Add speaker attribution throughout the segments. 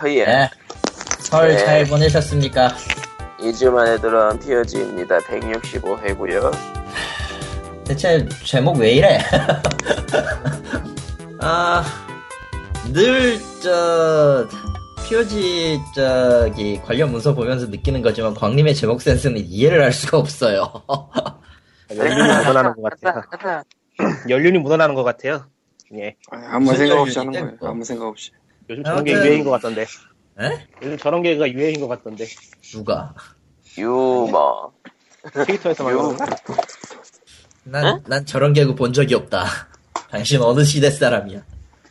Speaker 1: 허예.
Speaker 2: 네. 설
Speaker 1: 네.
Speaker 2: 잘 보내셨습니까?
Speaker 1: 2주만에 들어온 POG입니다. 165회고요.
Speaker 2: 대체 제목 왜 이래? 아, 늘, 저, POG, 저기, 관련 문서 보면서 느끼는 거지만, 광님의 제목 센스는 이해를 할 수가 없어요.
Speaker 3: 연륜이 묻어나는 것 같아요.
Speaker 1: 하다.
Speaker 3: 연륜이 묻어나는 것 같아요. 예.
Speaker 4: 아, 아무 생각 없이 하는
Speaker 2: 땡,
Speaker 4: 거예요.
Speaker 2: 뭐.
Speaker 4: 아무 생각 없이.
Speaker 3: 요즘 저런 게
Speaker 2: 아무튼- 네.
Speaker 3: 유행인 것 같던데.
Speaker 2: 에?
Speaker 3: 요즘 저런 게가 유행인 것 같던데.
Speaker 2: 누가?
Speaker 1: 유머.
Speaker 3: 트위터에서 말하는 거.
Speaker 2: 난, 난 저런 개그 본 적이 없다. 당신 어느 시대 사람이야?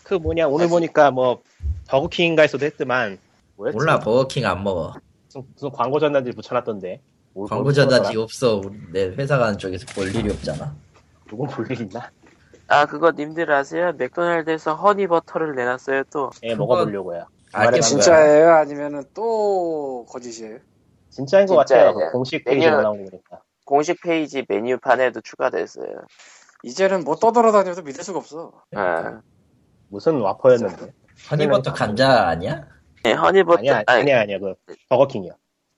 Speaker 3: 그 뭐냐 오늘 보니까 뭐 버거킹인가에서도 했더만. 뭐였지? 뭐,
Speaker 2: 몰라, 버거킹 안 먹어.
Speaker 3: 무슨, 무슨 광고 전단지 붙여놨던데. 뭘-
Speaker 2: 광고
Speaker 3: 뭘
Speaker 2: 전단지
Speaker 3: 붙여놨더라?
Speaker 2: 없어. 우리 내 회사 가는 쪽에서 볼 일이 없잖아.
Speaker 3: 누군 볼일 있나?
Speaker 1: 아, 그거 님들 아세요? 맥도날드에서 허니버터를 내놨어요, 또.
Speaker 3: 예, 먹어보려고요.
Speaker 2: 아,
Speaker 3: 말해봐.
Speaker 4: 진짜예요? 아니면은 또 거짓이에요?
Speaker 3: 진짜인 것
Speaker 1: 진짜예요.
Speaker 3: 같아요. 그 공식 페이지에
Speaker 1: 왜냐면-
Speaker 3: 나온 거니까.
Speaker 1: 공식 페이지 메뉴판에도 추가됐어요.
Speaker 4: 이제는 뭐 떠돌아다녀도 믿을 수가 없어.
Speaker 1: 아.
Speaker 3: 무슨 와퍼였는데?
Speaker 2: 허니버터 감자 아니야?
Speaker 1: 네, 허니버터,
Speaker 3: 아니야
Speaker 1: 아니,
Speaker 3: 아니야 아니야 그 버거킹이요.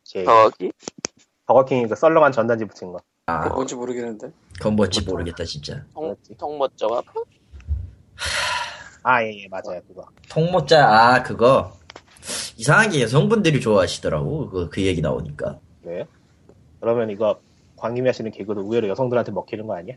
Speaker 3: 제
Speaker 1: 거기?
Speaker 3: 버거킹이 그 썰렁한 전단지 붙인 거.
Speaker 2: 아,
Speaker 4: 그거 뭔지 모르겠는데.
Speaker 2: 그건 뭔지 모르겠다, 진짜.
Speaker 1: 통, 통멋져가?
Speaker 3: 아 예 예, 맞아요 그거.
Speaker 2: 통모짜, 아, 그거. 이상하게 여성분들이 좋아하시더라고. 그, 그 얘기 나오니까.
Speaker 3: 네. 그러면 이거 광님이 하시는 개그도 의외로 여성들한테 먹히는 거 아니야?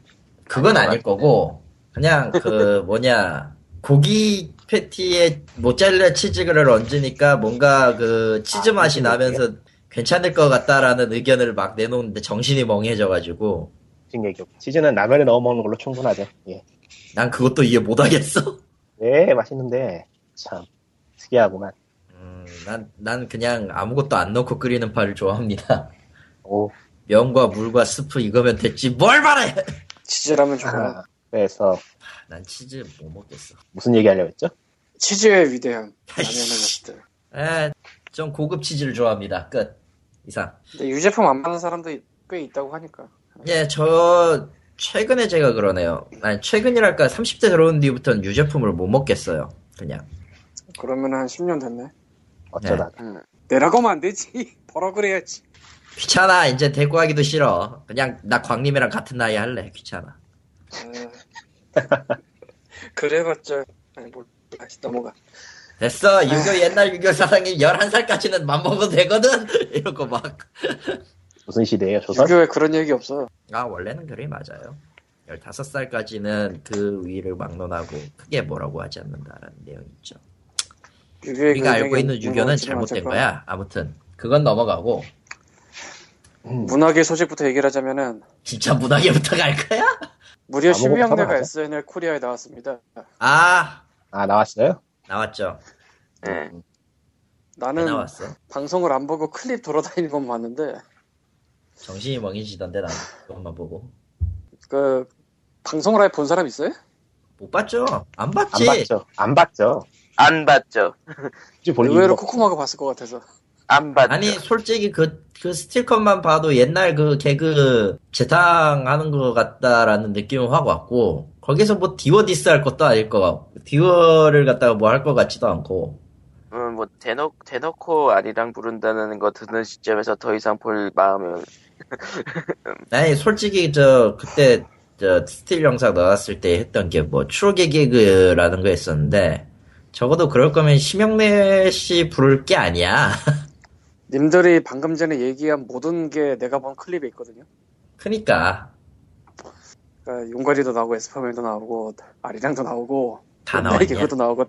Speaker 2: 그건 아닐 거고, 그냥 그, 뭐냐, 고기 패티에 모짜렐라 치즈를 얹으니까 뭔가 그 치즈
Speaker 3: 아,
Speaker 2: 맛이
Speaker 3: 그렇게
Speaker 2: 나면서 괜찮을 것 같다라는 의견을 막 내놓는데 정신이 멍해져가지고,
Speaker 3: 지금 얘기 치즈는 라면에 넣어 먹는 걸로 충분하죠. 예.
Speaker 2: 난 그것도 이해 못하겠어.
Speaker 3: 네 맛있는데 참 특이하구만.
Speaker 2: 음, 난, 난 그냥 아무것도 안 넣고 끓이는 파를 좋아합니다.
Speaker 3: 오.
Speaker 2: 면과 물과 스프 이거면 됐지, 뭘 말해!
Speaker 4: 치즈라면
Speaker 2: 아.
Speaker 4: 좋구나.
Speaker 3: 그래서
Speaker 2: 난 치즈 못 먹겠어.
Speaker 3: 무슨 얘기 하려고 했죠?
Speaker 4: 치즈의 위대함. 라면을
Speaker 2: 아이씨.
Speaker 4: 먹을 때.
Speaker 2: 에, 좀 고급 치즈를 좋아합니다. 끝. 이상.
Speaker 4: 근데 유제품 안 파는 사람도 꽤 있다고 하니까.
Speaker 2: 예, 저 최근에 제가 그러네요. 아니 최근이랄까 30대 들어온 뒤부터는 유제품을 못 먹겠어요. 그냥
Speaker 4: 그러면 한 10년 됐네.
Speaker 3: 어쩌다.
Speaker 4: 네. 내라고만 안 되지. 벌어 그래야지.
Speaker 2: 귀찮아. 이제 대꾸하기도 싫어. 그냥 나 광님이랑 같은 나이 할래. 귀찮아.
Speaker 4: 아. 그래봤자. 아니, 뭘. 다시 넘어가.
Speaker 2: 됐어. 유교 옛날 유교 사상이 11살까지는 맘먹어도 되거든. 이러고 막.
Speaker 3: 무슨 시대예요?
Speaker 2: 뭐
Speaker 3: 조선?
Speaker 4: 유교에 그런 얘기 없어.
Speaker 2: 아, 원래는 그래 맞아요. 15살까지는 그 위를 막론하고 크게 뭐라고 하지 않는다라는 내용이 있죠.
Speaker 4: 유교에
Speaker 2: 우리가
Speaker 4: 그런
Speaker 2: 알고
Speaker 4: 얘기
Speaker 2: 있는
Speaker 4: 없는
Speaker 2: 유교는
Speaker 4: 것 같지만
Speaker 2: 잘못된
Speaker 4: 어쨌건.
Speaker 2: 거야. 아무튼 그건 넘어가고
Speaker 4: 문학의 소식부터 얘기를 하자면은
Speaker 2: 진짜 문학에부터 갈 거야?
Speaker 4: 무려
Speaker 3: 아무거나
Speaker 4: 12학년가
Speaker 3: 하자.
Speaker 4: SNL 코리아에 나왔습니다.
Speaker 2: 아,
Speaker 3: 아 나왔어요?
Speaker 2: 나왔죠.
Speaker 1: 네.
Speaker 2: 왜
Speaker 4: 나는
Speaker 2: 나왔어?
Speaker 4: 방송을 안 보고 클립 돌아다니는 건 봤는데
Speaker 2: 정신이 멍해지던데 나 그것만 보고
Speaker 4: 그 방송을 아예 본 사람 있어요?
Speaker 2: 못 봤죠? 안
Speaker 3: 안
Speaker 2: 봤지?
Speaker 3: 봤죠. 안 봤죠.
Speaker 1: 안 봤죠?
Speaker 3: 굳이 볼 이유가
Speaker 4: 의외로
Speaker 3: 없-
Speaker 4: 코코마가 봤을 것 같아서
Speaker 1: 안 봤죠?
Speaker 2: 아니 솔직히 그, 그 스틸컷만 봐도 옛날 그 개그 재탕하는 것 같다라는 느낌은 확 왔고 거기서 뭐 디워 디스 할 것도 아닐 것 같고 디워를 갖다가 뭐 할 것 같지도 않고
Speaker 1: 음, 뭐, 대놓, 대놓고 아리랑 부른다는 거 듣는 시점에서 더 이상 볼 마음은,
Speaker 2: 아니 솔직히 저 그때 저 스틸 영상 나왔을 때 했던 게 뭐 추억의 개그라는 거 했었는데 적어도 그럴 거면 심영래 씨 부를 게 아니야
Speaker 4: 님들이 방금 전에 얘기한 모든 게 내가 본 클립에 있거든요.
Speaker 2: 그니까
Speaker 4: 그러니까 용가리도 나오고 에스파멜도 나오고 아리랑도 나오고
Speaker 2: 다
Speaker 4: 옛날
Speaker 2: 나왔냐?
Speaker 4: 개그도 나오고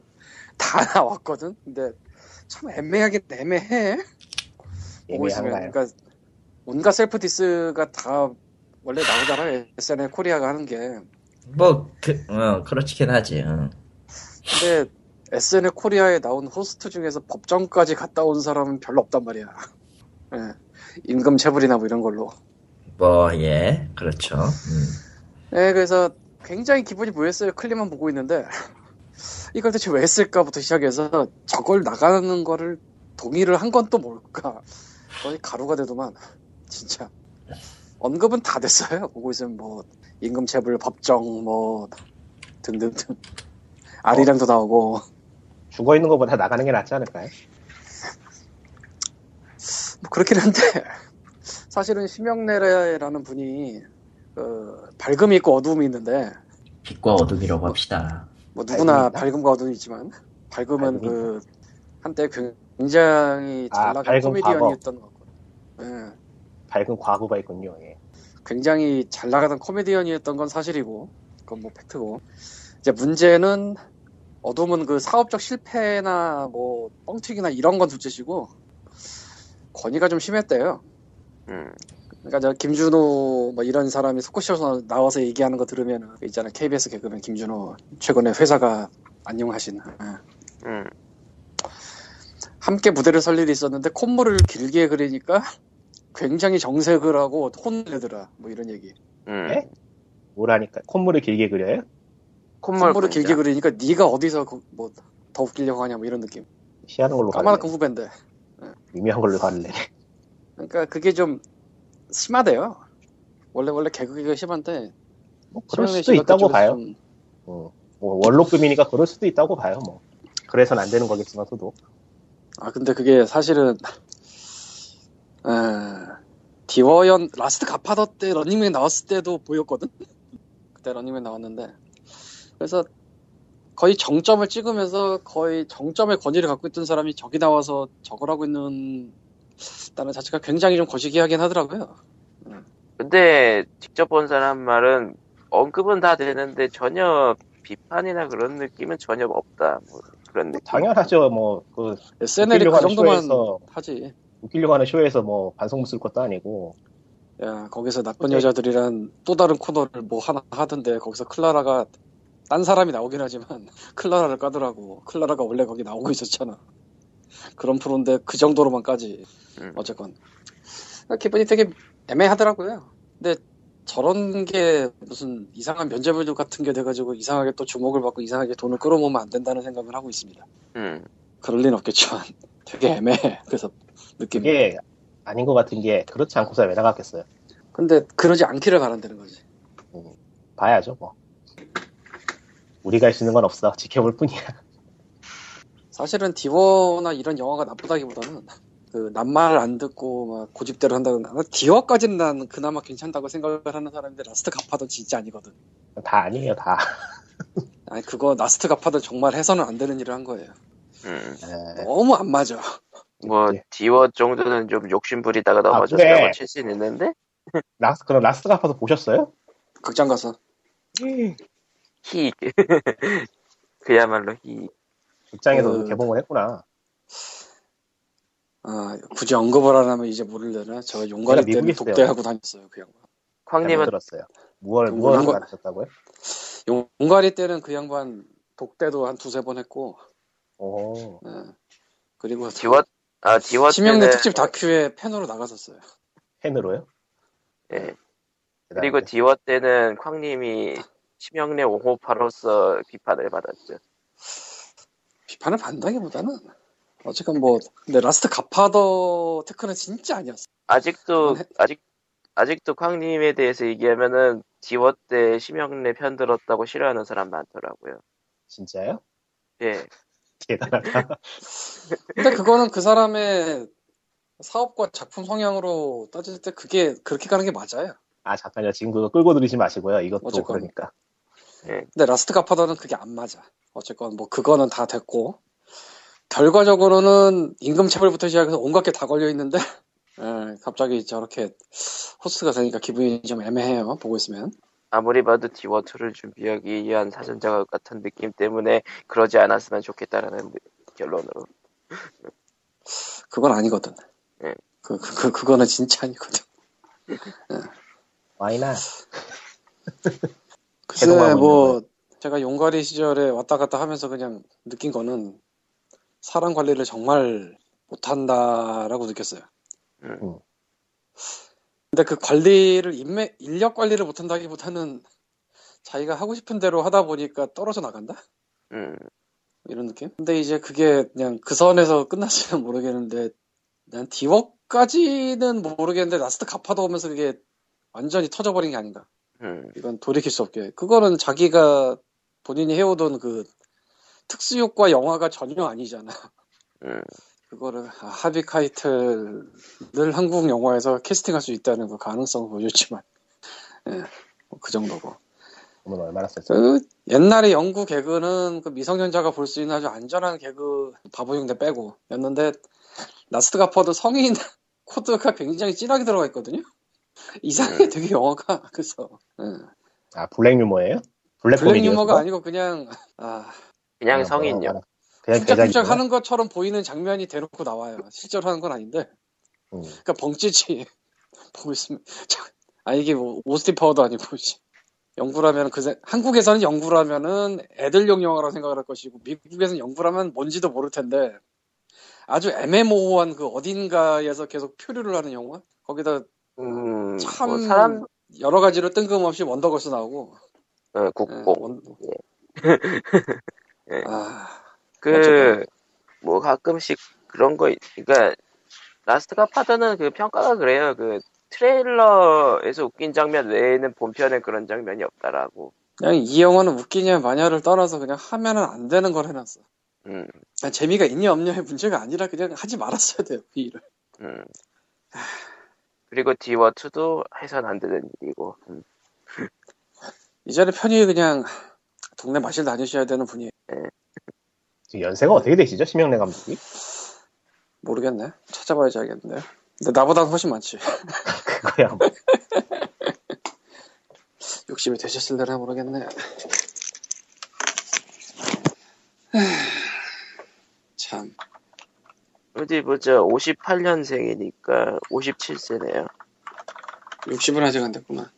Speaker 4: 다 나왔거든. 근데 참 애매하긴 애매해. 보고 있으면
Speaker 3: 애매한가요?
Speaker 4: 그러니까 온갖 셀프 디스가 다 원래 나오잖아요. SNL 코리아가 하는 게.
Speaker 2: 뭐, 그, 어, 그렇지긴 하지. 응.
Speaker 4: 근데 SNL 코리아에 나온 호스트 중에서 법정까지 갔다 온 사람은 별로 없단 말이야. 예. 임금 체불이나 뭐 이런 걸로.
Speaker 2: 뭐, 예, 그렇죠. 음.
Speaker 4: 예, 그래서 굉장히 기분이 무했어요. 클립만 보고 있는데 이걸 대체 왜 했을까부터 시작해서 저걸 나가는 거를 동의를 한 건 또 뭘까? 거의 가루가 되더만 진짜 언급은 다 됐어요. 보고 있으면 뭐 임금 체불 법정 뭐 등등등 아리랑도 나오고
Speaker 3: 죽어 있는 것보다 나가는 게 낫지 않을까요?
Speaker 4: 뭐 그렇긴 한데 사실은 심영래라는 분이 그 밝음이 있고 어두움이 있는데
Speaker 2: 빛과 어둠이라고 합시다.
Speaker 4: 뭐 누구나
Speaker 3: 밝음이다?
Speaker 4: 밝음과 어둠이 있지만 밝음은
Speaker 3: 밝음이
Speaker 4: 그 한때 굉장히
Speaker 3: 아,
Speaker 4: 잘 나간
Speaker 3: 밝은
Speaker 4: 코미디언이었던 것 같고 예,
Speaker 3: 밝은 과거가 있군요. 예.
Speaker 4: 굉장히 잘 나가던 코미디언이었던 건 사실이고 그건 뭐 팩트고 이제 문제는 어둠은 그 사업적 실패나 뭐 뻥튀기나 이런 건 둘째치고 권위가 좀 심했대요.
Speaker 1: 음,
Speaker 4: 그러니까 저 김준호 뭐 이런 사람이 스코시에서 나와서 얘기하는 거 들으면 그 있잖아 KBS 개그맨 김준호 최근에 회사가 안녕하신 예.
Speaker 1: 음.
Speaker 4: 함께 무대를 설 일이 있었는데 콧물을 길게 그리니까 굉장히 정색을 하고 혼내더라 뭐 이런 얘기
Speaker 1: 음.
Speaker 3: 네? 뭐라니까 콧물을 길게 그려요?
Speaker 1: 콧물
Speaker 4: 콧물을
Speaker 1: 공작.
Speaker 4: 길게 그리니까 네가 어디서 뭐 더 웃기려고 하냐 뭐 이런 느낌
Speaker 3: 시하는 걸로 갈래.
Speaker 4: 까만한 그 후배인데
Speaker 3: 미묘한 걸로 갈래.
Speaker 4: 그러니까 그게 좀 심하대요 원래 원래 개그기가 심한데
Speaker 3: 뭐 그럴
Speaker 4: 심영래
Speaker 3: 수도
Speaker 4: 씨가
Speaker 3: 있다고
Speaker 4: 그쪽에서
Speaker 3: 봐요.
Speaker 4: 좀
Speaker 3: 어, 뭐 원로급이니까 그럴 수도 있다고 봐요. 뭐 그래서는 안 되는 거겠지만서도
Speaker 4: 아 근데 그게 사실은 에, 디워연 라스트 가파더 때 런닝맨 나왔을 때도 보였거든 그때 런닝맨 나왔는데 그래서 거의 정점을 찍으면서 거의 정점의 권위를 갖고 있던 사람이 저기 나와서 저걸 하고 있는 다는 자체가 굉장히 좀 거시기하긴 하더라고요
Speaker 1: 근데 직접 본 사람 말은 언급은 다 되는데 전혀 비판이나 그런 느낌은 전혀 없다. 뭐 그런 느낌.
Speaker 3: 당연하죠. 뭐그
Speaker 4: SNL이 그
Speaker 3: 하는
Speaker 4: 정도만
Speaker 3: 쇼에서
Speaker 4: 하지
Speaker 3: 웃기려고 하는 쇼에서 뭐 반성문 쓸 것도 아니고
Speaker 4: 야, 예, 거기서 나쁜
Speaker 3: 오케이.
Speaker 4: 여자들이란 또 다른 코너를 뭐 하나 하던데 거기서 클라라가 딴 사람이 나오긴 하지만 클라라를 까더라고. 클라라가 원래 거기 나오고 있었잖아. 그런 프로인데 그 정도로만 까지.
Speaker 1: 음.
Speaker 4: 어쨌건 그러니까 기분이 되게 애매하더라고요. 근데 저런 게 무슨 이상한 면제부도 같은 게 돼가지고 이상하게 또 주목을 받고 이상하게 돈을 끌어모으면 안 된다는 생각을 하고 있습니다.
Speaker 1: 음.
Speaker 4: 그럴 리는 없겠지만 되게 애매해. 그래서 느낌이.
Speaker 3: 이게 아닌 것 같은 게 그렇지 않고서 왜 나갔겠어요?
Speaker 4: 근데 그러지 않기를 바란다는 거지.
Speaker 3: 봐야죠 뭐 우리가 할 수 있는 건 없어 지켜볼 뿐이야.
Speaker 4: 사실은 디워나 이런 영화가 나쁘다기보다는 그 남말을 안 듣고 막 고집대로 한다거나 난 디워까지는 난 그나마 괜찮다고 생각을 하는 사람인데 라스트 가파도 진짜 아니거든.
Speaker 3: 다 아니에요 다.
Speaker 4: 아니 그거 라스트 가파도 정말 해서는 안 되는 일을 한 거예요.
Speaker 1: 음.
Speaker 3: 에,
Speaker 4: 너무 안 맞아.
Speaker 1: 뭐
Speaker 3: 예.
Speaker 1: 디워 정도는 좀 욕심 부리다가
Speaker 3: 그래.
Speaker 1: 넘어졌다고 칠 수는 있는데
Speaker 3: 라스 그럼 라스트 가파도 보셨어요?
Speaker 4: 극장 가서
Speaker 1: 음. 히 그야말로 히
Speaker 3: 극장에서
Speaker 1: 그
Speaker 4: 음.
Speaker 3: 개봉을 했구나.
Speaker 4: 아 굳이 언급을 안 하면 이제 모를려나 저 용가리
Speaker 3: 내가 미국에
Speaker 4: 때는
Speaker 3: 있어요.
Speaker 4: 독대하고 다녔어요 그 양반.
Speaker 3: 잘못
Speaker 1: 광님은
Speaker 3: 들었어요. 무얼
Speaker 4: 음,
Speaker 3: 무얼
Speaker 4: 이거-
Speaker 3: 가셨다고요?
Speaker 4: 용- 용가리 때는 그 양반 독대도 한 두세 번 했고
Speaker 3: 오
Speaker 4: 예. 그리고
Speaker 1: 디워 아 디워
Speaker 4: 심형래
Speaker 3: 네.
Speaker 1: 때는-
Speaker 4: 특집 다큐에 팬으로 나갔었어요.
Speaker 3: 팬으로요?
Speaker 1: 예.
Speaker 3: 대단한데.
Speaker 1: 그리고 디워 때는 광님이 심형래 옹호파로서 비판을 받았죠.
Speaker 4: 비판을 받는다기보다는 어쨌건 뭐 근데 라스트 가파더 테크는 진짜 아니었어.
Speaker 1: 아직도
Speaker 4: 그건 해-
Speaker 1: 아직 아직도 광님에 대해서 얘기하면은 디워 때 심형래 편 들었다고 싫어하는 사람 많더라고요.
Speaker 3: 진짜요?
Speaker 1: 예.
Speaker 3: 대단하다.
Speaker 4: 근데 그거는 그 사람의 사업과 작품 성향으로 따질 때 그게 그렇게 가는 게 맞아요.
Speaker 3: 아 잠깐요. 지금 그거 끌고 들이지 마시고요. 이것도
Speaker 4: 어쨌건.
Speaker 3: 그러니까
Speaker 4: 근데 라스트 가파더는 그게 안 맞아. 어쨌건 뭐 그거는 다 됐고 결과적으로는 임금 체벌부터 시작해서 온갖 게 다 걸려 있는데 예, 갑자기 저렇게 호스트가 되니까 기분이 좀 애매해요. 보고 있으면
Speaker 1: 아무리 봐도 디워2를 준비하기 위한 사전작업 같은 느낌 때문에 그러지 않았으면 좋겠다라는 결론으로.
Speaker 4: 그건 아니거든.
Speaker 1: 예.
Speaker 4: 그, 그, 그, 그거는 진짜 아니거든.
Speaker 3: 와이나
Speaker 4: 글쎄
Speaker 3: 개봉하고 있는
Speaker 4: 뭐 제가 용가리 시절에 왔다 갔다 하면서 그냥 느낀 거는 사람 관리를 정말 못한다라고 느꼈어요.
Speaker 1: 음.
Speaker 3: 음.
Speaker 4: 근데 그 관리를 인맥 인력 관리를 못한다기보다는 자기가 하고 싶은 대로 하다 보니까 떨어져 나간다
Speaker 1: 음.
Speaker 4: 이런 느낌. 근데 이제 그게 그냥 그 선에서 끝났으면 모르겠는데 난 디워까지는 모르겠는데 라스트 갚아도 오면서 그게 완전히 터져버린 게 아닌가.
Speaker 1: 음.
Speaker 4: 이건 돌이킬 수 없게. 그거는 자기가 본인이 해오던 그 특수효과 영화가 전혀 아니잖아.
Speaker 1: 음.
Speaker 4: 그거를 아, 하비 카이틀을 한국 영화에서 캐스팅할 수 있다는 그 가능성을 보여줬지만 예, 뭐그 정도고
Speaker 3: 오늘 얼마나 썼죠?
Speaker 4: 그 옛날에 영구 개그는 그 미성년자가 볼 수 있는 아주 안전한 개그 바보 형대 빼고 였는데 라스트 가퍼도 성인 코드가 굉장히 진하게 들어가 있거든요 이상해 되게 영화가 그래서 예.
Speaker 3: 아 블랙 유머예요? 블랙,
Speaker 4: 블랙
Speaker 3: 코미디였구나.
Speaker 4: 유머가 아니고 그냥 아
Speaker 1: 그냥 성인용.
Speaker 3: 그냥
Speaker 4: 쿵짝쿵짝
Speaker 3: 대작이구나.
Speaker 4: 하는 것처럼 보이는 장면이 대놓고 나와요. 실제로 하는 건 아닌데.
Speaker 3: 음.
Speaker 4: 그러니까 벙찌지. 보고 있으면. 참, 아, 이게 뭐, 오스틴 파워도 아니고. 씨. 영구라면 그, 생- 한국에서는 영구라면은 애들용 영화라고 생각을 할 것이고, 미국에서는 영구라면 뭔지도 모를 텐데, 아주 애매모호한 그 어딘가에서 계속 표류를 하는 영화? 거기다
Speaker 1: 음,
Speaker 4: 참,
Speaker 1: 뭐 사람,
Speaker 4: 여러 가지로 뜬금없이 원더걸스 나오고,
Speaker 1: 어,
Speaker 4: 예,
Speaker 1: 국뽕.
Speaker 4: 원-
Speaker 1: 예.
Speaker 4: 아,
Speaker 1: 그, 뭐 가끔씩 그런 거, 있- 그러니까, 라스트가 파드는 그 평가가 그래요. 그 트레일러에서 웃긴 장면 외에는 본편에 그런 장면이 없다라고.
Speaker 4: 그냥 이 영화는 웃기냐 마냐를 떠나서 그냥 하면은 안 되는 걸 해놨어.
Speaker 1: 음,
Speaker 4: 아, 재미가 있냐 없냐의 문제가 아니라 그냥 하지 말았어야 돼요 그 일을
Speaker 1: 음. 그리고 디워2도 해선 안 되는 일이고. 음.
Speaker 4: 이전에 편히 그냥 동네 마실 다니셔야 되는 분이
Speaker 3: 지금 연세가 어떻게 되시죠? 심영래 감독이?
Speaker 4: 모르겠네 찾아봐야지 알겠는데 근데 나보다 훨씬 많지
Speaker 3: 그거야 뭐.
Speaker 4: 욕심이 되셨을려나 모르겠네 참
Speaker 1: 어디 보자. 58년생이니까 57세네요.
Speaker 4: 60은 아직 안 됐구만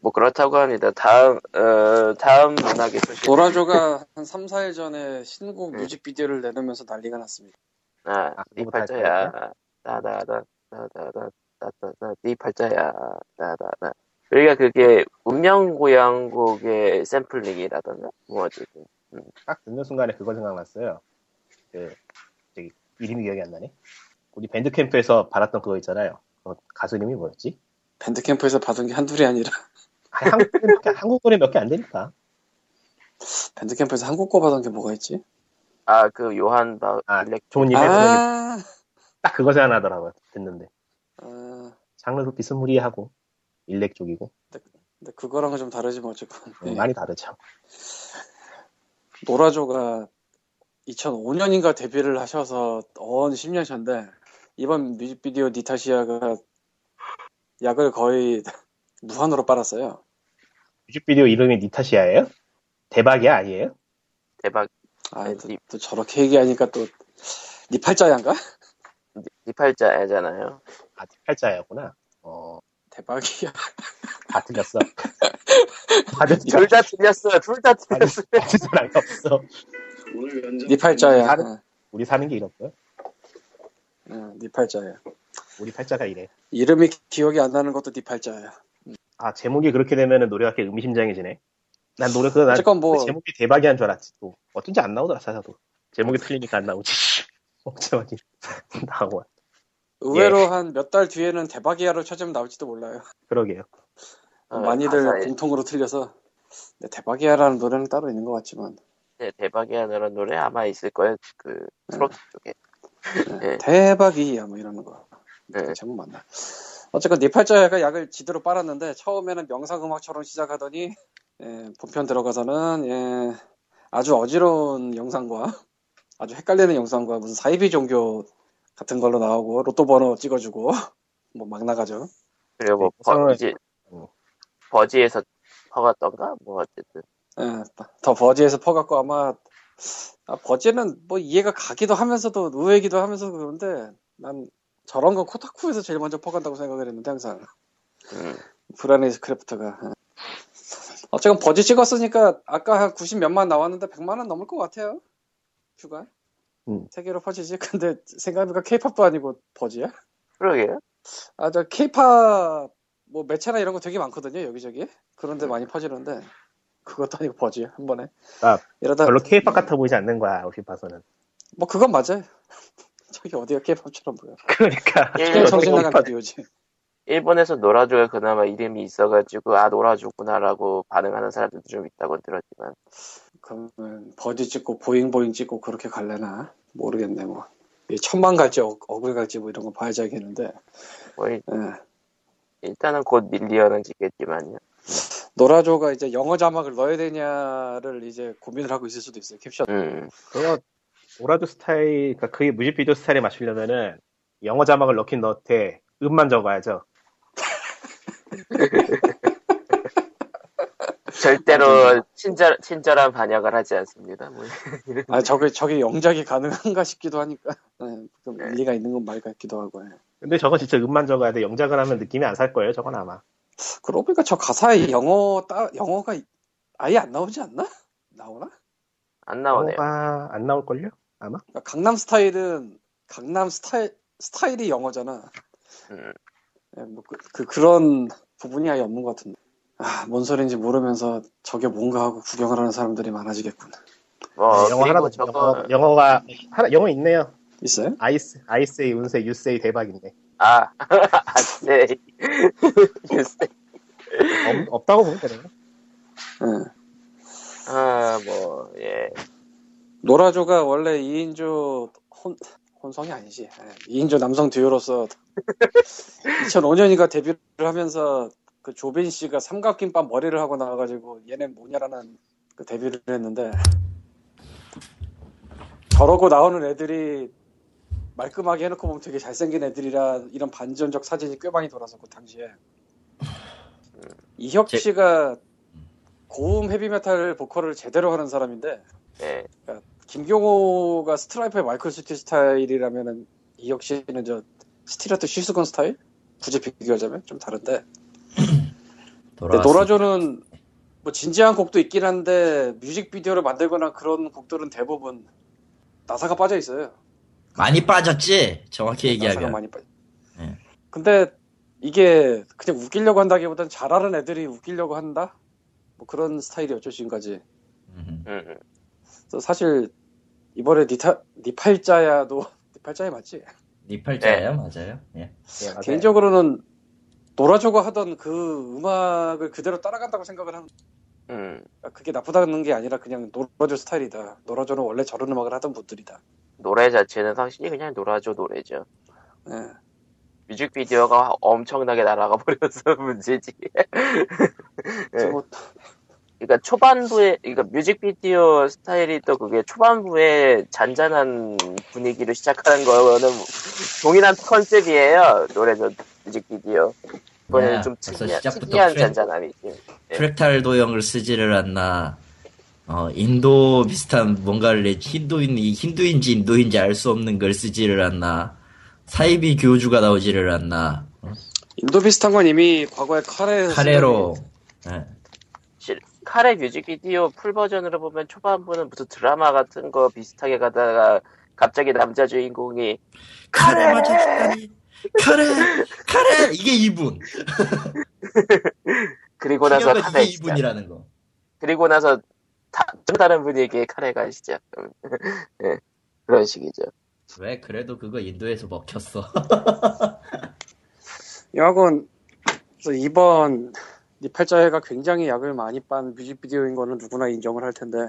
Speaker 1: 뭐 그렇다고 합니다. 다음 어, 다음 문학의 소식.
Speaker 4: 도라조가 한 3, 4일 전에 신곡 뮤직비디오를 내놓으면서 난리가 났습니다
Speaker 1: 아,
Speaker 3: 아,
Speaker 1: 네
Speaker 3: 그거부터
Speaker 1: 팔자야. 아, 나나나 나나나 나나나 네 팔자야. 나나나. 그러니까 그게 운명 고양곡의 샘플링이라던가 뭐 어쨌든
Speaker 3: 딱 듣는 순간에 그거 생각났어요. 그 저기 이름이 기억이 안 나네. 우리 밴드 캠프에서 받았던 그거 있잖아요. 그거 가수 이름이 뭐였지?
Speaker 4: 밴드캠프에서 받은 게 한둘이 아니라
Speaker 3: 아니, 한국 노래- 한국 노래 몇 개 안 되니까.
Speaker 4: 밴드캠프에서 한국 거 받은 게 뭐가 있지?
Speaker 1: 아 그 요한 바
Speaker 3: 아,
Speaker 1: 일렉
Speaker 3: 좋은 일 해서
Speaker 4: 아,
Speaker 3: 딱 그거 생각나더라고요. 듣는데
Speaker 4: 아
Speaker 3: 장르도 비스무리하고 일렉 쪽이고
Speaker 4: 근데 그거랑은 좀 다르지 뭐 어쨌건
Speaker 3: 음,
Speaker 4: 예.
Speaker 3: 많이 다르죠.
Speaker 4: 노라조가 2005년인가 데뷔를 하셔서 어언 10년 전인데 이번 뮤직비디오 니타시아가 약을 거의 무한으로 빨았어요.
Speaker 3: 뮤직비디오 이름이 니타시아예요? 대박이야 아니에요?
Speaker 1: 대박
Speaker 4: 아, 또,
Speaker 1: 니-
Speaker 4: 또 저렇게 얘기하니까 또 니팔자ян가?
Speaker 1: 네 팔자야잖아요.
Speaker 3: 아 팔자였구나. 어,
Speaker 4: 대박이야.
Speaker 3: 다 틀렸어. 받은
Speaker 1: 둘
Speaker 3: 사람-
Speaker 1: 다 틀렸어요. 둘 다
Speaker 3: 받은
Speaker 1: 틀렸어요.
Speaker 3: 받은 사람이 없어.
Speaker 4: 니팔자야.
Speaker 3: 다른-
Speaker 4: 응,
Speaker 3: 우리 사는 게 이렇고요.
Speaker 4: 응, 어, 니팔자야.
Speaker 3: 우리 팔자가 이래.
Speaker 4: 이름이 기억이 안 나는 것도 니팔자야.
Speaker 3: 아 제목이 그렇게 되면은 노래가 꽤 의미심장해지네. 난 노래 그거 난
Speaker 4: 어쨌건 뭐-
Speaker 3: 제목이 대박이 한 줄 알았지 또 어쩐지 안 나오더라 사사도 제목이 틀리니까 안 나오지. 어쩌니 나와 예.
Speaker 4: 의외로 한 몇 달 뒤에는 대박이야로 찾으면 나올지도 몰라요.
Speaker 3: 그러게요.
Speaker 1: 어,
Speaker 4: 많이들
Speaker 1: 가사에
Speaker 4: 공통으로 틀려서 근데 대박이야라는 노래는 따로 있는 것 같지만
Speaker 1: 네, 대박이야 너란 노래 아마 있을 거예요. 그 트로트 쪽에. 네.
Speaker 4: 대박이야 뭐 이러는 거
Speaker 1: 네.
Speaker 4: 제목 맞나 어쨌건 니팔자야가 약을 지대로 빨았는데 처음에는 명상음악처럼 시작하더니 예, 본편 들어가서는 예, 아주 어지러운 영상과 아주 헷갈리는 영상과 무슨 사이비 종교 같은 걸로 나오고 로또 번호 찍어주고 뭐 막 나가죠
Speaker 1: 그리고 뭐
Speaker 3: 네, 상황을-
Speaker 1: 버지 버지에서 퍼갔던가 뭐 어쨌든
Speaker 4: 예, 더 버지에서 퍼갖고 아마 아, 버지는 뭐 이해가 가기도 하면서도 의외기도 하면서 그런데 난 저런 건 코타쿠에서 제일 먼저 퍼간다고 생각을 했는데 항상
Speaker 1: 음.
Speaker 4: 불안해서 크래프트가 예. 어쨌건 버지 찍었으니까 아까 한 90 몇만 나왔는데 100만 원 넘을 것 같아요 뷰가
Speaker 3: 음.
Speaker 4: 세계로 퍼지지 근데 생각해보니까 케이팝도 아니고 버지야
Speaker 1: 그러게요.
Speaker 4: 아 저 케이팝 뭐 매체나 이런 거 되게 많거든요 여기저기 그런데 많이 퍼지는데 그것도 아니고 버지야 한 번에
Speaker 3: 네. 아,
Speaker 4: 이러다
Speaker 3: 별로 케이팝 같아 보이지 않는 거야 오시 봐서는.
Speaker 4: 뭐 그건 맞아요. 저기 어디가 케이팝처럼 보여.
Speaker 3: 그러니까
Speaker 1: 예,
Speaker 4: 그냥
Speaker 1: 예,
Speaker 4: 정신
Speaker 1: 저기
Speaker 4: 나간 비디오지.
Speaker 1: 일본에서 놀아줘야 그나마 이름이 있어가지고 아 놀아줬구나라고 반응하는 사람들도 좀 있다고 들었지만
Speaker 4: 그러면 버디 찍고 보잉보잉 찍고 그렇게 갈래나? 모르겠네 뭐. 이게 천만 갈지 억, 억을 갈지 뭐 이런 거 봐야지 알겠는데
Speaker 1: 뭐 일-
Speaker 4: 예.
Speaker 1: 일단은 곧 밀리어는 지겠지만요.
Speaker 4: 노라조가 이제 영어 자막을 넣어야 되냐를 이제 고민을 하고 있을 수도 있어요 캡션
Speaker 1: 음,
Speaker 3: 그거 오라조 스타일, 그러니까 그의 뮤직비디오 스타일에 맞추려면은 영어 자막을 넣긴 넣되 음만 적어야죠. 음.
Speaker 1: 절대로 친절 친절한 반역을 하지 않습니다. 뭐.
Speaker 4: 아 저게 저게 영작이 가능한가 싶기도 하니까 예, 좀 일리가 있는 건 말 같기도 하고 예.
Speaker 3: 근데 저건 진짜 음만 적어야 돼. 영작을 하면 느낌이 안 살 거예요. 저건 아마.
Speaker 4: 그러고 보니까 저 가사에 영어 따 영어가 아예 안 나오지 않나? 나오나?
Speaker 1: 안 나오네요.
Speaker 3: 영어가 안 나올 걸요?
Speaker 4: 그러니까 강남 스타일은 강남 스타일 스타일이 영어잖아.
Speaker 1: 음.
Speaker 4: 예, 뭐 그, 그런 부분이 아예 없는 것 같은데. 아, 뭔 소리인지 모르면서 저게 뭔가 하고 구경을 하는 사람들이 많아지겠군.
Speaker 1: 뭐
Speaker 3: 네, 영어
Speaker 1: 그리고
Speaker 3: 하나도 없-
Speaker 1: 저거
Speaker 3: 영어, 영어가 하나 영어 있네요.
Speaker 4: 있어요?
Speaker 3: 아이스 아이스의 운세 유세의 대박인데
Speaker 1: 아, 네. 아세 유세.
Speaker 3: 없, 다고 보면 되네요.
Speaker 4: 예.
Speaker 1: 아뭐 예.
Speaker 4: 노라조가 원래 2인조 혼, 혼성이 아니지. 예, 2인조 남성 듀오로서 2005년인가 데뷔를 하면서 그 조빈 씨가 삼각김밥 머리를 하고 나와가지고 얘네 뭐냐라는 그 데뷔를 했는데 저러고 나오는 애들이 말끔하게 해놓고 보면 되게 잘생긴 애들이라 이런 반전적 사진이 꽤 많이 돌았었고 당시에 이혁
Speaker 2: 제-
Speaker 4: 씨가 고음 헤비메탈 보컬을 제대로 하는 사람인데
Speaker 1: 예.
Speaker 4: 김경호가 스트라이프의 마이클 스티 스타일이라면은 이 역시는 저 스티라트 실수건 스타일? 굳이 비교하자면 좀 다른데. 근데
Speaker 2: 돌아왔어.
Speaker 4: 노라조는 뭐 진지한 곡도 있긴 한데 뮤직비디오를 만들거나 그런 곡들은 대부분 나사가 빠져 있어요.
Speaker 2: 많이 빠졌지? 정확히
Speaker 4: 네, 나사가
Speaker 2: 얘기하면.
Speaker 4: 많이 빠져.
Speaker 2: 예.
Speaker 4: 근데 이게 그냥 웃기려고 한다기보단 잘하는 애들이 웃기려고 한다? 뭐 그런 스타일이었죠 지금까지.
Speaker 2: 음.
Speaker 1: 음.
Speaker 4: 그래서 사실 이번에 니타 니팔자야도 니팔자야 맞지?
Speaker 2: 네 팔자예요, 맞아요. 예.
Speaker 3: 예, 맞아요.
Speaker 4: 개인적으로는 노라조가 하던 그 음악을 그대로 따라간다고 생각을 하는
Speaker 1: 음.
Speaker 4: 그러니까 그게 나쁘다는 게 아니라 그냥 노라조 스타일이다. 노라조는 원래 저런 음악을 하던 분들이다.
Speaker 1: 노래 자체는 당신이 그냥 놀아줘 노래죠.
Speaker 4: 예.
Speaker 1: 뮤직비디오가 엄청나게 날아가 버려서 문제지.
Speaker 4: 그래서 뭐
Speaker 1: 그러니까 초반부에 그러니까 뮤직비디오 스타일이 또 그게 초반부에 잔잔한 분위기로 시작하는 거는 동일한 컨셉이에요. 노래도 뮤직비디오. 이번에는
Speaker 2: 야,
Speaker 1: 좀
Speaker 2: 네, 벌써
Speaker 1: 특이한,
Speaker 2: 시작부터
Speaker 1: 특이한
Speaker 2: 트렌드.
Speaker 1: 잔잔함이지. 예.
Speaker 2: 프렉탈 도형을 쓰지를 않나. 어, 인도 비슷한 뭔가를 내- 힌두인, 이 힌두인지 인도인지 알 수 없는 걸 쓰지를 않나. 사이비 교주가 나오지를 않나. 어,
Speaker 4: 인도 비슷한 건 이미 과거에 카레에서
Speaker 2: 카레로. 예.
Speaker 1: 실- 카레 뮤직비디오 풀 버전으로 보면 초반부는 무슨 드라마 같은 거 비슷하게 가다가 갑자기 남자 주인공이
Speaker 2: 카레 맞아 죽다니. 카레! 카레! 이게 이분.
Speaker 1: 그리고 나서
Speaker 2: 이게
Speaker 1: 카레 시작.
Speaker 2: 이분이라는 거.
Speaker 1: 그리고 나서 다, 또 다른 분에게 카레가 시작. 예. 그런 식이죠.
Speaker 2: 왜 그래도 그거 인도에서 먹혔어.
Speaker 4: 여하건 그래서 이번 니팔자회가 굉장히 약을 많이 빤 뮤직비디오인 거는 누구나 인정을 할 텐데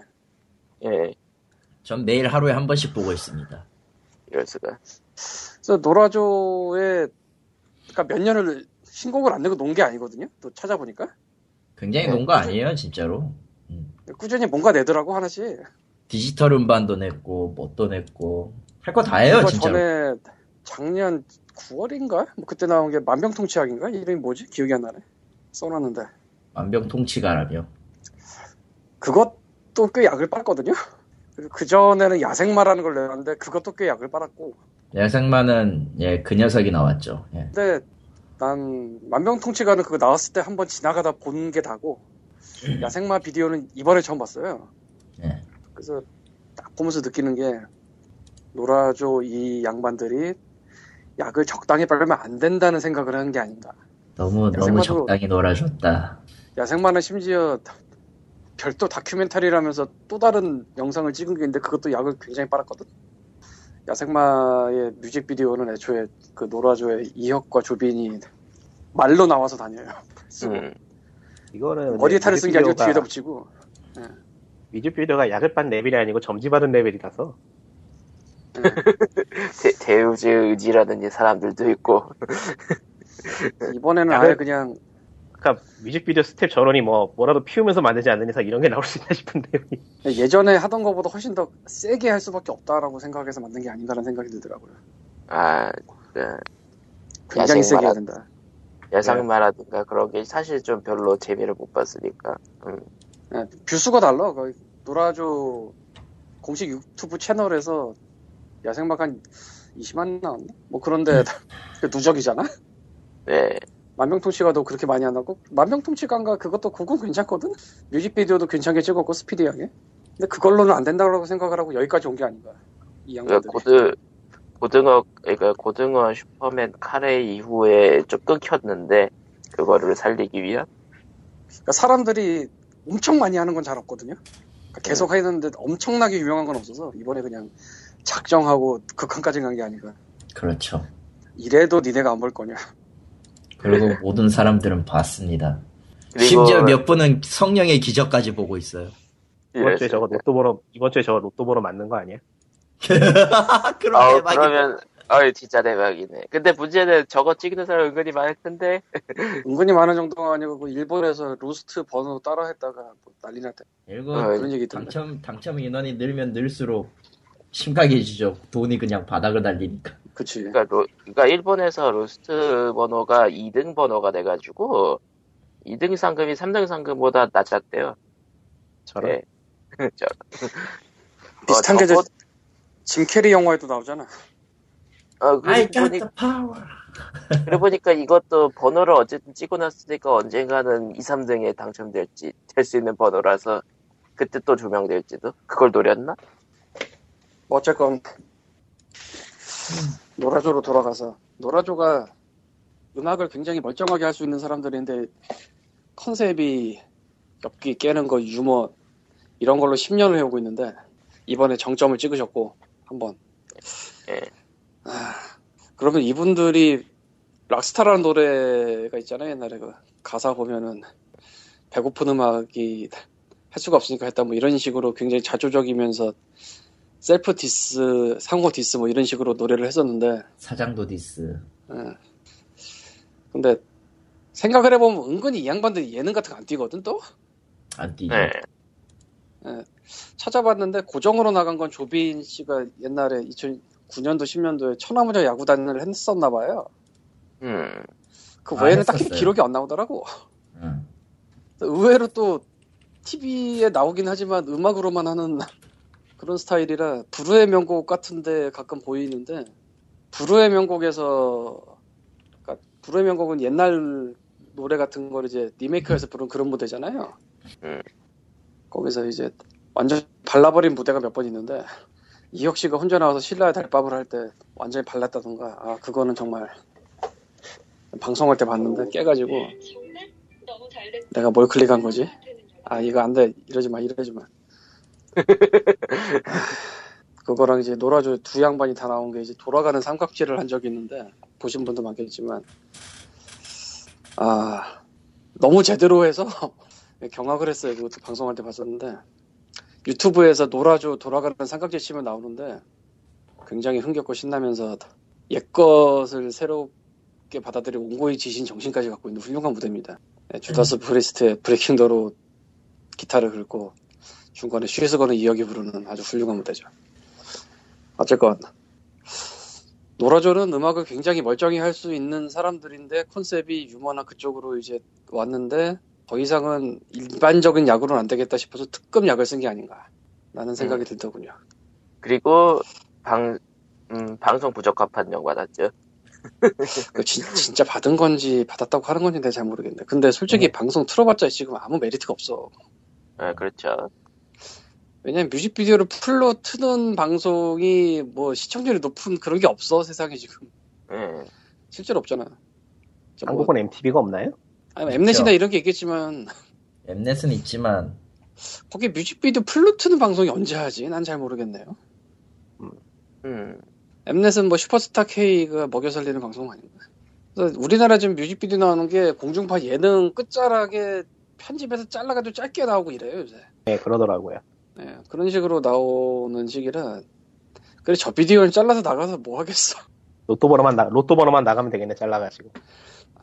Speaker 1: 예,
Speaker 2: 전 매일 하루에 한 번씩 보고 있습니다.
Speaker 1: 이럴 수가.
Speaker 4: 그래서 노라조의 그러니까 몇 년을 신곡을 안 내고 논 게 아니거든요. 또 찾아보니까
Speaker 2: 굉장히
Speaker 1: 네.
Speaker 2: 논 거 아니에요, 진짜로.
Speaker 4: 꾸준히 뭔가 내더라고 하나씩.
Speaker 2: 디지털 음반도 냈고, 뭣도 냈고, 할 거 다 해요,
Speaker 4: 그거
Speaker 2: 진짜로.
Speaker 4: 전에 작년 9월인가? 그때 나온 게 만병통치약인가? 이름이 뭐지? 기억이 안 나네. 써놨는데
Speaker 2: 만병통치가라며.
Speaker 4: 그것도 꽤 약을 빨거든요. 그 전에는 야생마라는 걸 내놨는데 그것도 꽤 약을 빨았고.
Speaker 2: 야생마는, 예, 그 녀석이 나왔죠. 예.
Speaker 4: 근데 난 만병통치가는 그거 나왔을 때 한번 지나가다 본 게 다고 야생마 비디오는 이번에 처음 봤어요.
Speaker 2: 예.
Speaker 4: 그래서 딱 보면서 느끼는 게 노라조 이 양반들이 약을 적당히 빨면 안 된다는 생각을 하는 게 아닌가.
Speaker 2: 너무, 너무
Speaker 4: 야생마도-
Speaker 2: 적당히 놀아줬다.
Speaker 4: 야생마는 심지어 별도 다큐멘터리라면서 또 다른 영상을 찍은 게 있는데 그것도 약을 굉장히 빨았거든. 야생마의 뮤직비디오는 애초에 그 노라조의 이혁과 조빈이 말로 나와서 다녀요. 쓰고.
Speaker 1: 음.
Speaker 3: 이거는
Speaker 4: 머리에 탈을 쓴 게 아니고
Speaker 3: 뮤직비디오가-
Speaker 4: 뒤에다 붙이고.
Speaker 3: 뮤직비디오가 약을 빤 레벨이 아니고 점지 받은 레벨이라서
Speaker 1: 대, 대우지 의지라든지 사람들도 있고
Speaker 4: 이번에는
Speaker 3: 야,
Speaker 4: 아예
Speaker 3: 그-
Speaker 4: 그냥
Speaker 3: 그러니까 뮤직비디오 스텝 전원이 뭐 뭐라도 피우면서 만들지 않는 이상 이런 게 나올 수 있나 싶은데
Speaker 4: 예전에 하던 것보다 훨씬 더 세게 할 수밖에 없다라고 생각해서 만든 게 아닌가라는 생각이 들더라고요.
Speaker 1: 아
Speaker 4: 굉장히
Speaker 1: 야생
Speaker 4: 세게 해야
Speaker 1: 만화-
Speaker 4: 된다.
Speaker 3: 네.
Speaker 1: 야상 만화든가 그런 게 사실 좀 별로 재미를 못 봤으니까 음.
Speaker 4: 예, 뷰수가 달라. 거의 노라조 공식 유튜브 채널에서 야생박 한 20만 나왔나? 뭐 그런데 그 누적이잖아?
Speaker 1: 네
Speaker 4: 만병통치가도 그렇게 많이 안 하고 만병통치가인가 그것도 그건 괜찮거든? 뮤직비디오도 괜찮게 찍었고 스피디하게 근데 그걸로는 안 된다고 생각을 하고 여기까지 온 게 아닌가 이 양반들
Speaker 1: 그러니까 고등 고등어 그러니까 고등어 슈퍼맨 카레 이후에 좀 끊겼는데 그거를 살리기 위한
Speaker 4: 그러니까 사람들이 엄청 많이 하는 건 잘 없거든요 그러니까 계속 했는데 엄청나게 유명한 건 없어서 이번에 그냥 작정하고 극한까지 간 게 아닌가
Speaker 2: 그렇죠.
Speaker 4: 이래도 니네가 안 볼 거냐
Speaker 2: 그리고 모든 사람들은 봤습니다.
Speaker 1: 그리고-
Speaker 2: 심지어 몇 분은 성령의 기적까지 보고 있어요.
Speaker 3: 이번 주에
Speaker 1: 이랬어요.
Speaker 3: 저거 로또 보러 이번 주에 저거 로또 보러 맞는 거 아니야?
Speaker 2: 그런
Speaker 1: 아우
Speaker 2: 대박이-
Speaker 1: 그러면 아유 진짜 대박이네. 근데 문제는 저거 찍는 사람 은근히 많을 텐데
Speaker 4: 은근히 많은 정도가 아니고 그 일본에서 로스트 번호 따라 했다가 뭐 난리 났다
Speaker 2: 일본
Speaker 1: 어,
Speaker 4: 그런 얘기 있던데
Speaker 2: 당첨 당첨 인원이 늘면 늘수록 심각해지죠. 돈이 그냥 바닥을 달리니까.
Speaker 4: 그치
Speaker 1: 그러니까 로, 그러니까 일본에서 로스트 번호가 2등 번호가 돼가지고 2등 상금이 3등 상금보다 낮았대요.
Speaker 3: 저런
Speaker 1: 네. 저-
Speaker 4: 비슷한
Speaker 1: 어,
Speaker 4: 게
Speaker 1: 저거-
Speaker 4: 이제 아, 짐 캐리 영화에도 나오잖아
Speaker 1: 어,
Speaker 2: I
Speaker 1: 그러고,
Speaker 2: got
Speaker 1: 보니,
Speaker 2: the power.
Speaker 1: 그러고 보니까 이것도 번호를 어쨌든 찍고 났으니까 언젠가는 2, 3등에 당첨될지 될 수 있는 번호라서 그때 또 조명될지도 그걸 노렸나?
Speaker 4: 뭐 어쨌건 노라조로 돌아가서 노라조가 음악을 굉장히 멀쩡하게 할 수 있는 사람들인데 컨셉이 엽기 깨는 거 유머 이런 걸로 10년을 해오고 있는데 이번에 정점을 찍으셨고 한번
Speaker 1: 예.
Speaker 4: 아, 그러면 이분들이 락스타라는 노래가 있잖아요 옛날에 그 가사 보면은 배고픈 음악이 할 수가 없으니까 했다 뭐 이런 식으로 굉장히 자조적이면서 셀프 디스, 상호 디스 뭐 이런 식으로 노래를 했었는데,
Speaker 2: 사장도 디스.
Speaker 4: 예. 근데 생각을 해보면 은근히 이 양반들이 예능 같은 거 안 뛰거든 또?
Speaker 2: 안 뛰죠.
Speaker 1: 네.
Speaker 4: 찾아봤는데 고정으로 나간 건 조빈 씨가 옛날에 2009년도, 10년도에 천하무적 야구단을 했었나 봐요.
Speaker 1: 음.
Speaker 4: 그
Speaker 2: 아,
Speaker 4: 외에는 딱히
Speaker 2: 했었어요.
Speaker 4: 기록이 안 나오더라고.
Speaker 2: 응.
Speaker 4: 의외로 또 TV에 나오긴 하지만 음악으로만 하는 그런 스타일이라 브루의 명곡 같은데 가끔 보이는데 브루의 명곡에서 그러니까 브루의 명곡은 옛날 노래 같은 걸 이제 리메이크해서 부른 그런 무대잖아요.
Speaker 1: 음.
Speaker 4: 거기서 이제 완전 발라버린 무대가 몇 번 있는데 이혁 씨가 혼자 나와서 신라의 달밥을 할 때 완전히 발랐다던가 아 그거는 정말 방송할 때 봤는데 깨가지고 내가 뭘 클릭한 거지? 아 이거 안 돼 이러지 마 이러지 마 그거랑 이제 놀아줘 두 양반이 다 나온 게 이제 돌아가는 삼각지를 한 적이 있는데 보신 분도 많겠지만 아 너무 제대로 해서 경악을 했어요 그것도 방송할 때 봤었는데 유튜브에서 놀아줘 돌아가는 삼각지 치면 나오는데 굉장히 흥겹고 신나면서 옛것을 새롭게 받아들이고 온고의 지신 정신까지 갖고 있는 훌륭한 무대입니다 네, 주다스 프리스트의 브레이킹 더로 기타를 긁고 중간에 쉬에서 거는 이야기 부르는 아주 훌륭한 무대죠. 어쨌건 노라조는 음악을 굉장히 멀쩡히 할 수 있는 사람들인데 콘셉이 유머나 그쪽으로 이제 왔는데 더 이상은 일반적인 야구로는 안 되겠다 싶어서 특급 약을 쓴 게 아닌가 라는 생각이 들더군요.
Speaker 1: 그리고 방 음, 방송 부적합한 영화 났죠.
Speaker 4: 그 진, 진짜 받은 건지 받았다고 하는 건지 내가 잘 모르겠네. 근데 솔직히 방송 틀어봤자 지금 아무 메리트가 없어.
Speaker 1: 아, 그렇죠.
Speaker 4: 왜냐면 뮤직비디오를 풀로 트는 방송이 뭐 시청률이 높은 그런 게 없어 세상에 지금
Speaker 1: 예.
Speaker 4: 실제로 없잖아. 저 뭐,
Speaker 3: 한국은 MTV가 없나요?
Speaker 4: 아니 엠넷이나 이런 게 있겠지만
Speaker 2: 엠넷은 있지만
Speaker 4: 거기 뮤직비디오 풀로 트는 방송이 언제 하지? 난 잘 모르겠네요.
Speaker 1: 음.
Speaker 4: 엠넷은 뭐 슈퍼스타 K가 먹여 살리는 방송 아닌가? 그래서 우리나라 지금 뮤직비디오 나오는 게 공중파 예능 끝자락에 편집해서 잘라가지고 짧게 나오고 이래요 요새.
Speaker 3: 네 그러더라고요.
Speaker 4: 예, 그런 식으로 나오는 시기라 그래 저 비디오를 잘라서 나가서 뭐 하겠어.
Speaker 3: 로또 번호만 나, 로또 번호만 나가면 되겠네 잘라가지고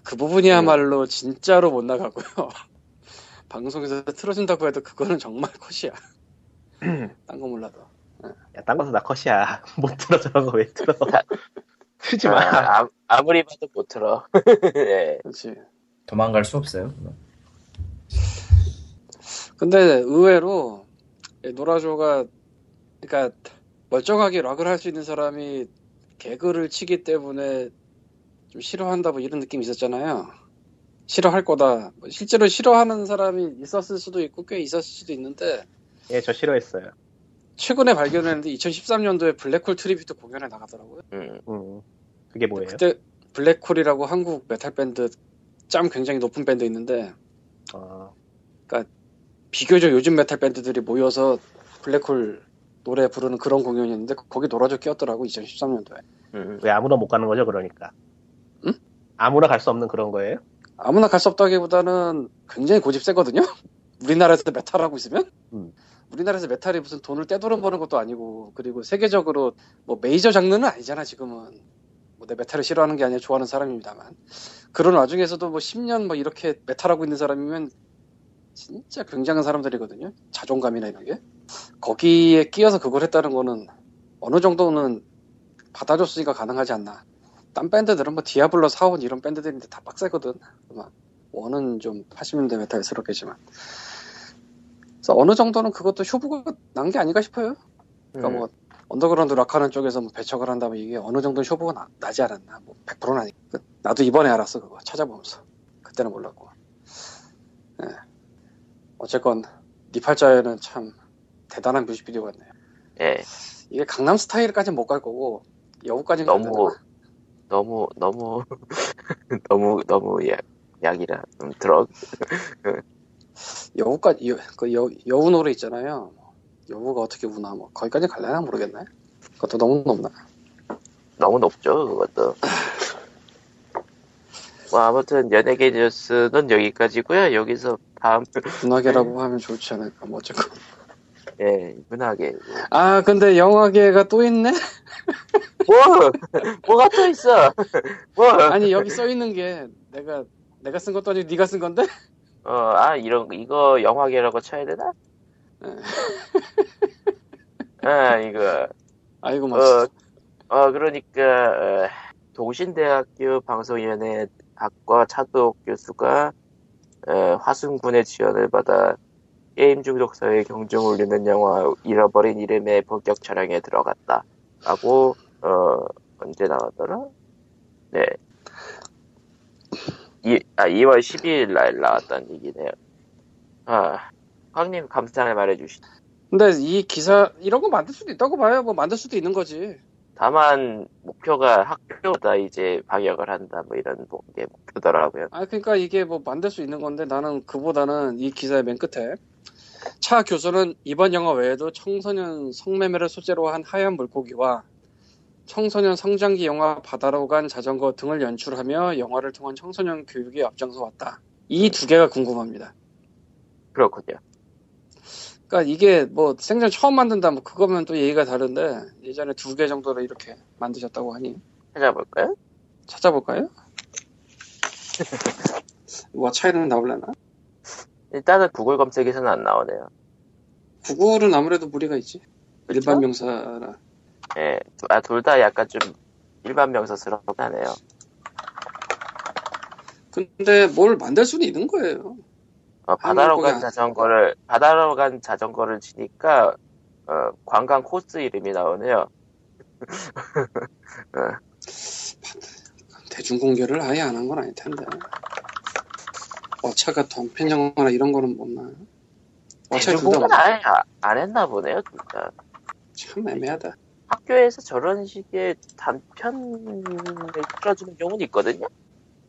Speaker 4: 그 부분이야말로 진짜로 못 나가고요. 방송에서 틀어준다고 해도 그거는 정말 컷이야. 딴 거 몰라도.
Speaker 3: 야딴 것도 다 컷이야 못 틀어 저런 거 왜 틀어 틀지 마
Speaker 1: 아, 무리 봐도 못 들어. 예.
Speaker 4: 그렇지.
Speaker 2: 도망갈 수 없어요.
Speaker 4: 근데 의외로 이 노라조가 그러니까 멀쩡하게 락을 할 수 있는 사람이 개그를 치기 때문에 좀 싫어한다 뭐 이런 느낌이 있었잖아요. 싫어할 거다. 뭐 실제로 싫어하는 사람이 있었을 수도 있고 꽤 있었을 수도 있는데
Speaker 3: 예 저 싫어했어요
Speaker 4: 최근에 발견했는데 2013년도에 블랙홀 트리뷰트 공연에 나가더라고요.
Speaker 1: 음.
Speaker 3: 음 그게 뭐예요
Speaker 4: 그때 블랙홀이라고 한국 메탈 밴드 짬 굉장히 높은 밴드 있는데
Speaker 3: 어,
Speaker 4: 비교적 요즘 메탈 밴드들이 모여서 블랙홀 노래 부르는 그런 공연이었는데 거기 노라조 끼었더라고 2013년도에
Speaker 1: 음.
Speaker 3: 왜 아무나 못 가는 거죠 그러니까
Speaker 4: 응?
Speaker 3: 아무나 갈 수 없는 그런 거예요
Speaker 4: 아무나 갈 수 없다기보다는 굉장히 고집 세거든요 우리나라에서 메탈 하고 있으면
Speaker 3: 음.
Speaker 4: 우리나라에서 메탈이 무슨 돈을 떼도록 버는 것도 아니고 그리고 세계적으로 뭐 메이저 장르는 아니잖아 지금은 뭐 내 메탈을 싫어하는 게 아니라 좋아하는 사람입니다만 그런 와중에서도 뭐 10년 뭐 이렇게 메탈하고 있는 사람이면 진짜 굉장한 사람들이거든요 자존감이나 이런 게 거기에 끼어서 그걸 했다는 거는 어느 정도는 받아줬으니까 가능하지 않나 딴 밴드들은 뭐 디아블로 사원 이런 밴드들인데 다 빡세거든 음악 원은 좀 80년대 메탈스럽겠지만 그래서 어느 정도는 그것도 쇼부가 난 게 아닌가 싶어요 그러니까
Speaker 1: 네.
Speaker 4: 뭐 언더그라운드 락하는 쪽에서 뭐 배척을 한다면 이게 어느 정도 쇼부가 나, 나지 않았나 뭐 100%는 아니 그- 나도 이번에 알았어 그거 찾아보면서 그때는 몰랐고 예. 어쨌건 니팔자에는 참 대단한 뮤직비디오 같네요
Speaker 1: 예.
Speaker 4: 이게 강남 스타일까지 는 못 갈 거고 여우까지는 갈
Speaker 1: 너무 너무 너무 너무 너무 약 약이라 음, 좀 들어.
Speaker 4: 여우까지 여, 그 여, 여우 노래 있잖아요. 여우가 어떻게 우나 뭐 거기까지 갈려나 모르겠네. 그것도 너무 높나.
Speaker 1: 너무 높죠 그것도. 뭐 아무튼 연예계 뉴스는 여기까지고요. 여기서 다음 네.
Speaker 4: 문화계라고 하면 좋지 않을까 뭐 어쨌건.
Speaker 1: 예 문화계
Speaker 4: 아 근데 영화계가 또 있네.
Speaker 1: 뭐 뭐가 또 있어 뭐어아
Speaker 4: 아니 여기 써 있는 게 내가 내가 쓴 것도 아니고 네가 쓴 건데.
Speaker 1: 어, 아, 이런 거, 이거 영화계라고 쳐야 되나? 아 이거
Speaker 4: 아이고 막
Speaker 1: 어, 어 그러니까 어, 동신대학교 방송위원회 박과 차도옥 교수가 어, 화순군의 지원을 받아 게임 중독자의 경종을 울리는 영화 잃어버린 이름의 본격 촬영에 들어갔다. 라고 어, 언제 나왔더라? 네. 이, 아, 2월 12일 날 나왔던 얘기네요. 아, 황님 감상을 말해주시.
Speaker 4: 근데 이 기사 이런 거 만들 수도 있다고 봐요. 뭐 만들 수도 있는 거지.
Speaker 1: 다만 목표가 학교다 이제 방역을 한다 뭐 이런 뭐- 게 목표더라고요.
Speaker 4: 아 그러니까 이게 뭐 만들 수 있는 건데 나는 그보다는 이 기사의 맨 끝에 차 교수는 이번 영화 외에도 청소년 성매매를 소재로 한 하얀 물고기와 청소년 성장기 영화 바다로 간 자전거 등을 연출하며 영화를 통한 청소년 교육에 앞장서 왔다. 이 두 개가 궁금합니다.
Speaker 1: 그렇군요.
Speaker 4: 그러니까 이게 뭐 생전 처음 만든다 뭐 그거면 또 얘기가 다른데 예전에 두 개 정도를 이렇게 만드셨다고 하니
Speaker 1: 찾아볼까요?
Speaker 4: 찾아볼까요? 뭐 차이는 나올려나?
Speaker 1: 일단은 구글 검색에서는 안 나오네요.
Speaker 4: 구글은 아무래도 무리가 있지.
Speaker 1: 그쵸?
Speaker 4: 일반 명사라.
Speaker 1: 예, 아, 둘 다 약간 좀 일반 명사스럽긴 하네요.
Speaker 4: 근데 뭘 만들 수는 있는 거예요.
Speaker 1: 어, 바다로
Speaker 4: 한국에
Speaker 1: 간
Speaker 4: 안-
Speaker 1: 자전거를 바다로 간 자전거를 치니까 어, 관광 코스 이름이 나오네요.
Speaker 4: 대중 공개를 아예 안 한 건 아닐 텐데. 어차가 덤펜 영화나 이런 거는 못 나요. 어차 둘다
Speaker 1: 대중공은 아예 아- 안 했나 보네요, 진짜.
Speaker 4: 참 애매하다.
Speaker 1: 학교에서 저런 식의 단편을 틀어주는 경우는 있거든요.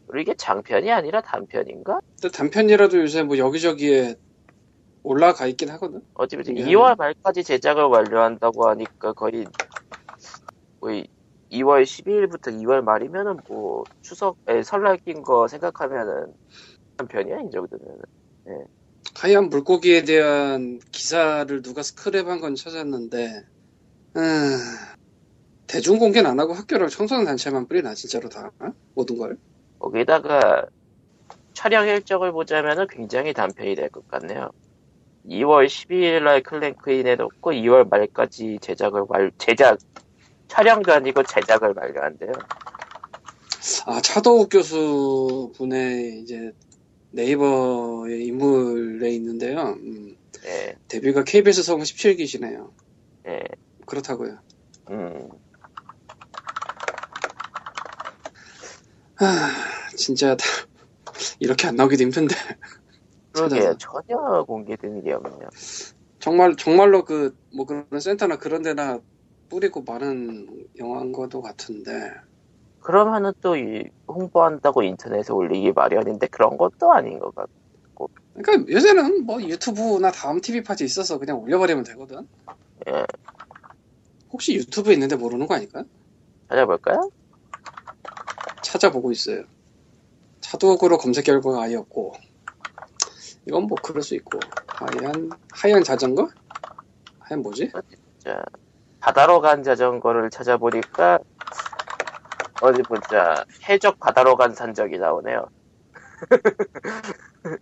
Speaker 1: 그리고 이게 장편이 아니라 단편인가?
Speaker 4: 근데 단편이라도 요새 뭐 여기저기에 올라가 있긴 하거든.
Speaker 1: 어찌 보면
Speaker 4: 미안해.
Speaker 1: 2월 말까지 제작을 완료한다고 하니까 거의 거의 2월 12일부터 2월 말이면은 뭐 추석 에, 설날 낀 거 생각하면은 한 편이야 이 정도면
Speaker 4: 하얀 물고기에 대한 기사를 누가 스크랩한 건 찾았는데, 음, 대중 공개는 안 하고 학교랑 청소년 단체만 뿌리나 진짜로 다 어? 모든 걸.
Speaker 1: 거기다가 촬영 일정을 보자면은 굉장히 단편이 될 것 같네요. 2월 12일날 클랭크인 해놓고 2월 말까지 제작을 말 제작 촬영도 아니고 제작을 말려한대요.
Speaker 4: 아 차도욱 교수 분의 이제 네이버의 인물에 있는데요. 음,
Speaker 1: 예,
Speaker 4: 데뷔가 KBS 성우 17기시네요.
Speaker 1: 예,
Speaker 4: 그렇다고요.
Speaker 1: 음,
Speaker 4: 진짜 다 이렇게 안 나오기도 힘든데.
Speaker 1: 그러게요. 전혀 공개되는 게 없네요.
Speaker 4: 정말 정말로 그 뭐 그런 센터나 그런 데나 뿌리고 많은 영화인 것도 같은데
Speaker 1: 그러면은 또 이- 홍보한다고 인터넷에 올리기 마련인데 그런 것도 아닌 것 같고.
Speaker 4: 그러니까 요새는 뭐 유튜브나 다음 TV 파티 있어서 그냥 올려버리면 되거든
Speaker 1: 예.
Speaker 4: 혹시 유튜브에 있는데 모르는 거 아닐까?
Speaker 1: 찾아볼까요?
Speaker 4: 찾아보고 있어요 차도구로 검색 결과가 아예 없고 이건 뭐 그럴 수 있고 하얀 하얀 자전거? 하얀 뭐지?
Speaker 1: 자, 바다로 간 자전거를 찾아보니까 어디 보자 해적 바다로 간 산적이 나오네요.